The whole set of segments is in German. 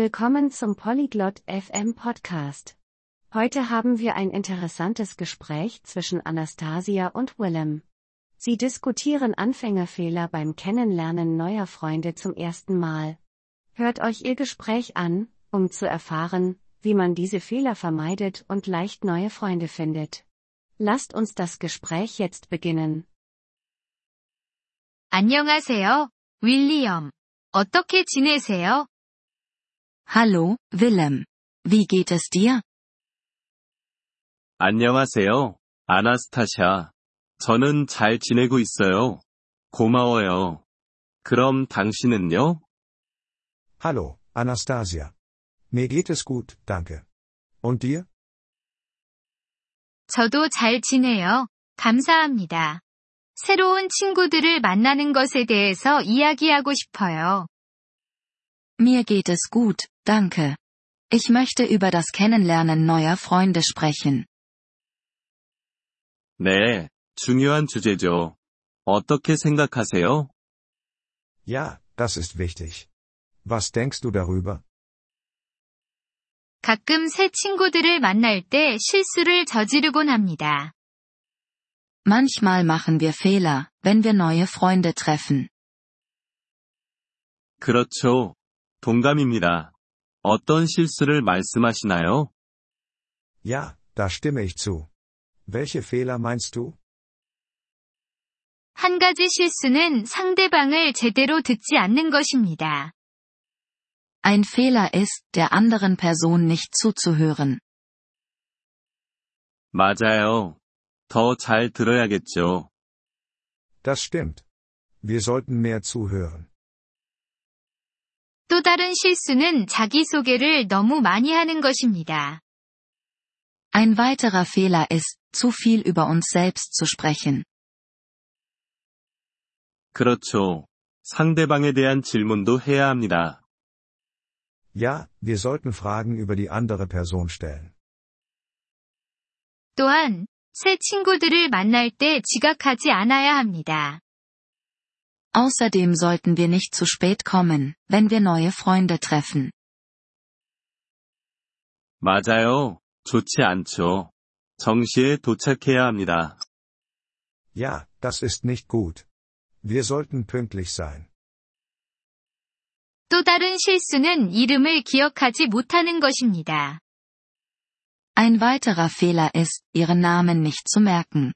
Willkommen zum Polyglot FM Podcast. Heute haben wir ein interessantes Gespräch zwischen Anastasia und Willem. Sie diskutieren Anfängerfehler beim Kennenlernen neuer Freunde zum ersten Mal. Hört euch ihr Gespräch an, um zu erfahren, wie man diese Fehler vermeidet und leicht neue Freunde findet. Lasst uns das Gespräch jetzt beginnen. 안녕하세요, 윌리엄. 어떻게 지내세요? Hallo, Willem. Wie geht es dir? 안녕하세요, 아나스타샤. 저는 잘 지내고 있어요. 고마워요. 그럼 당신은요? Hallo, Anastasia. Mir geht es gut, danke. Und dir? 저도 잘 지내요. 감사합니다. 새로운 친구들을 만나는 것에 대해서 이야기하고 싶어요. Mir geht es gut, danke. Ich möchte über das Kennenlernen neuer Freunde sprechen. 네, 중요한 주제죠. 어떻게 생각하세요? Ja, das ist wichtig. Was denkst du darüber? 가끔 새 친구들을 만날 때 실수를 저지르곤 합니다. Manchmal machen wir Fehler, wenn wir neue Freunde treffen. 그렇죠. 동감입니다. 어떤 실수를 말씀하시나요? Ja, da stimme ich zu. Welche Fehler meinst du? 한 가지 실수는 상대방을 제대로 듣지 않는 것입니다. Ein Fehler ist, der anderen Person nicht zuzuhören. 맞아요. 더 잘 들어야겠죠. Das stimmt. Wir sollten mehr zuhören. 또 다른 실수는 자기소개를 너무 많이 하는 것입니다. Ein weiterer Fehler ist, zu viel über uns selbst zu sprechen. 그렇죠. 상대방에 대한 질문도 해야 합니다. Ja, wir sollten Fragen über die andere Person stellen. 또한, 새 친구들을 만날 때 지각하지 않아야 합니다. Außerdem sollten wir nicht zu spät kommen, wenn wir neue Freunde treffen. 맞아요. 좋지 않죠. 정시에 도착해야 합니다. Ja, das ist nicht gut. Wir sollten pünktlich sein. 또 다른 실수는 이름을 기억하지 못하는 것입니다. Ein weiterer Fehler ist, ihren Namen nicht zu merken.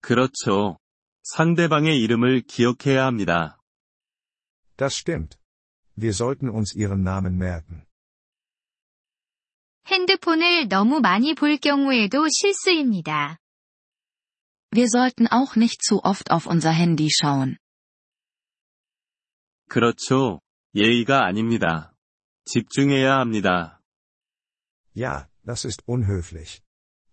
그렇죠. 상대방의 이름을 기억해야 합니다. Das stimmt. Wir sollten uns ihren Namen merken. 핸드폰을 너무 많이 볼 경우에도 실수입니다. Wir sollten auch nicht zu oft auf unser Handy schauen. 그렇죠. 예의가 아닙니다. 집중해야 합니다. Ja, das ist unhöflich.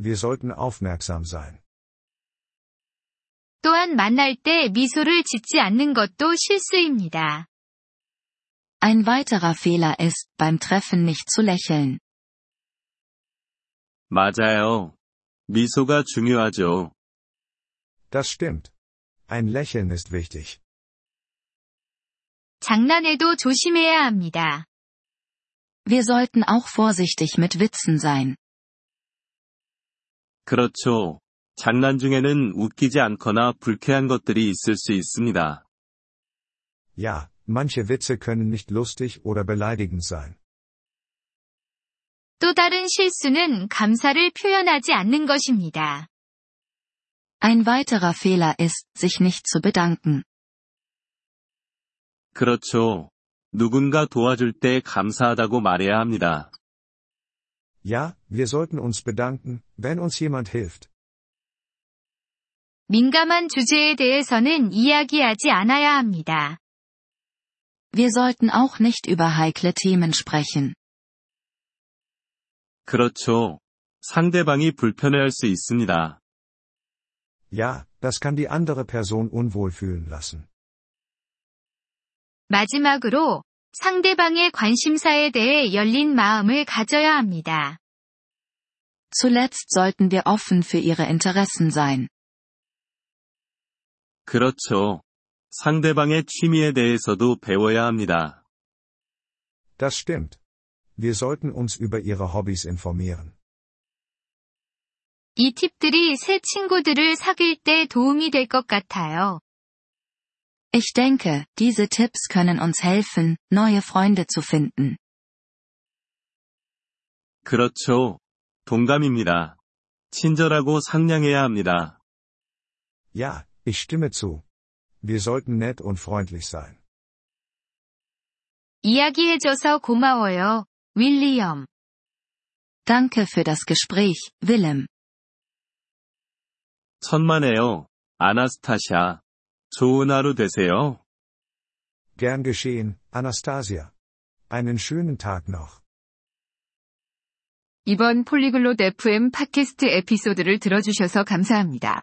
Wir sollten aufmerksam sein. 또한 만날 때 미소를 짓지 않는 것도 실수입니다. Ein weiterer Fehler ist, beim Treffen nicht zu lächeln. 맞아요. 미소가 중요하죠. Das stimmt. Ein Lächeln ist wichtig. 장난에도 조심해야 합니다. Wir sollten auch vorsichtig mit Witzen sein. 그렇죠. 장난 중에는 웃기지 않거나 불쾌한 것들이 있을 수 있습니다. Ja, manche Witze können nicht lustig oder beleidigend sein. 또 다른 실수는 감사를 표현하지 않는 것입니다. Ein weiterer Fehler ist, sich nicht zu bedanken. 그렇죠. 누군가 도와줄 때 감사하다고 말해야 합니다. Ja, wir sollten uns bedanken, wenn uns jemand hilft. 민감한 주제에 대해서는 이야기하지 않아야 합니다. Wir sollten auch nicht über heikle Themen sprechen. 그렇죠. 상대방이 불편해할 수 있습니다. Ja, das kann die andere Person unwohl fühlen lassen. 마지막으로 상대방의 관심사에 대해 열린 마음을 가져야 합니다. Zuletzt sollten wir offen für ihre Interessen sein. 그렇죠. 상대방의 취미에 대해서도 배워야 합니다. Das stimmt. Wir sollten uns über ihre Hobbys informieren. 이 팁들이 새 친구들을 사귈 때 도움이 될 것 같아요. Ich denke, diese Tipps können uns helfen, neue Freunde zu finden. 그렇죠. 동감입니다. 친절하고 상냥해야 합니다. Ja, ich stimme zu. Wir sollten nett und freundlich sein. 이야기해줘서 고마워요, 윌리엄. Danke für das Gespräch, Willem. 천만에요. 아나스타샤. 좋은 하루 되세요. Gern geschehen, Anastasia. Einen schönen Tag noch. 이번 폴리글롯 FM 팟캐스트 에피소드를 들어주셔서 감사합니다.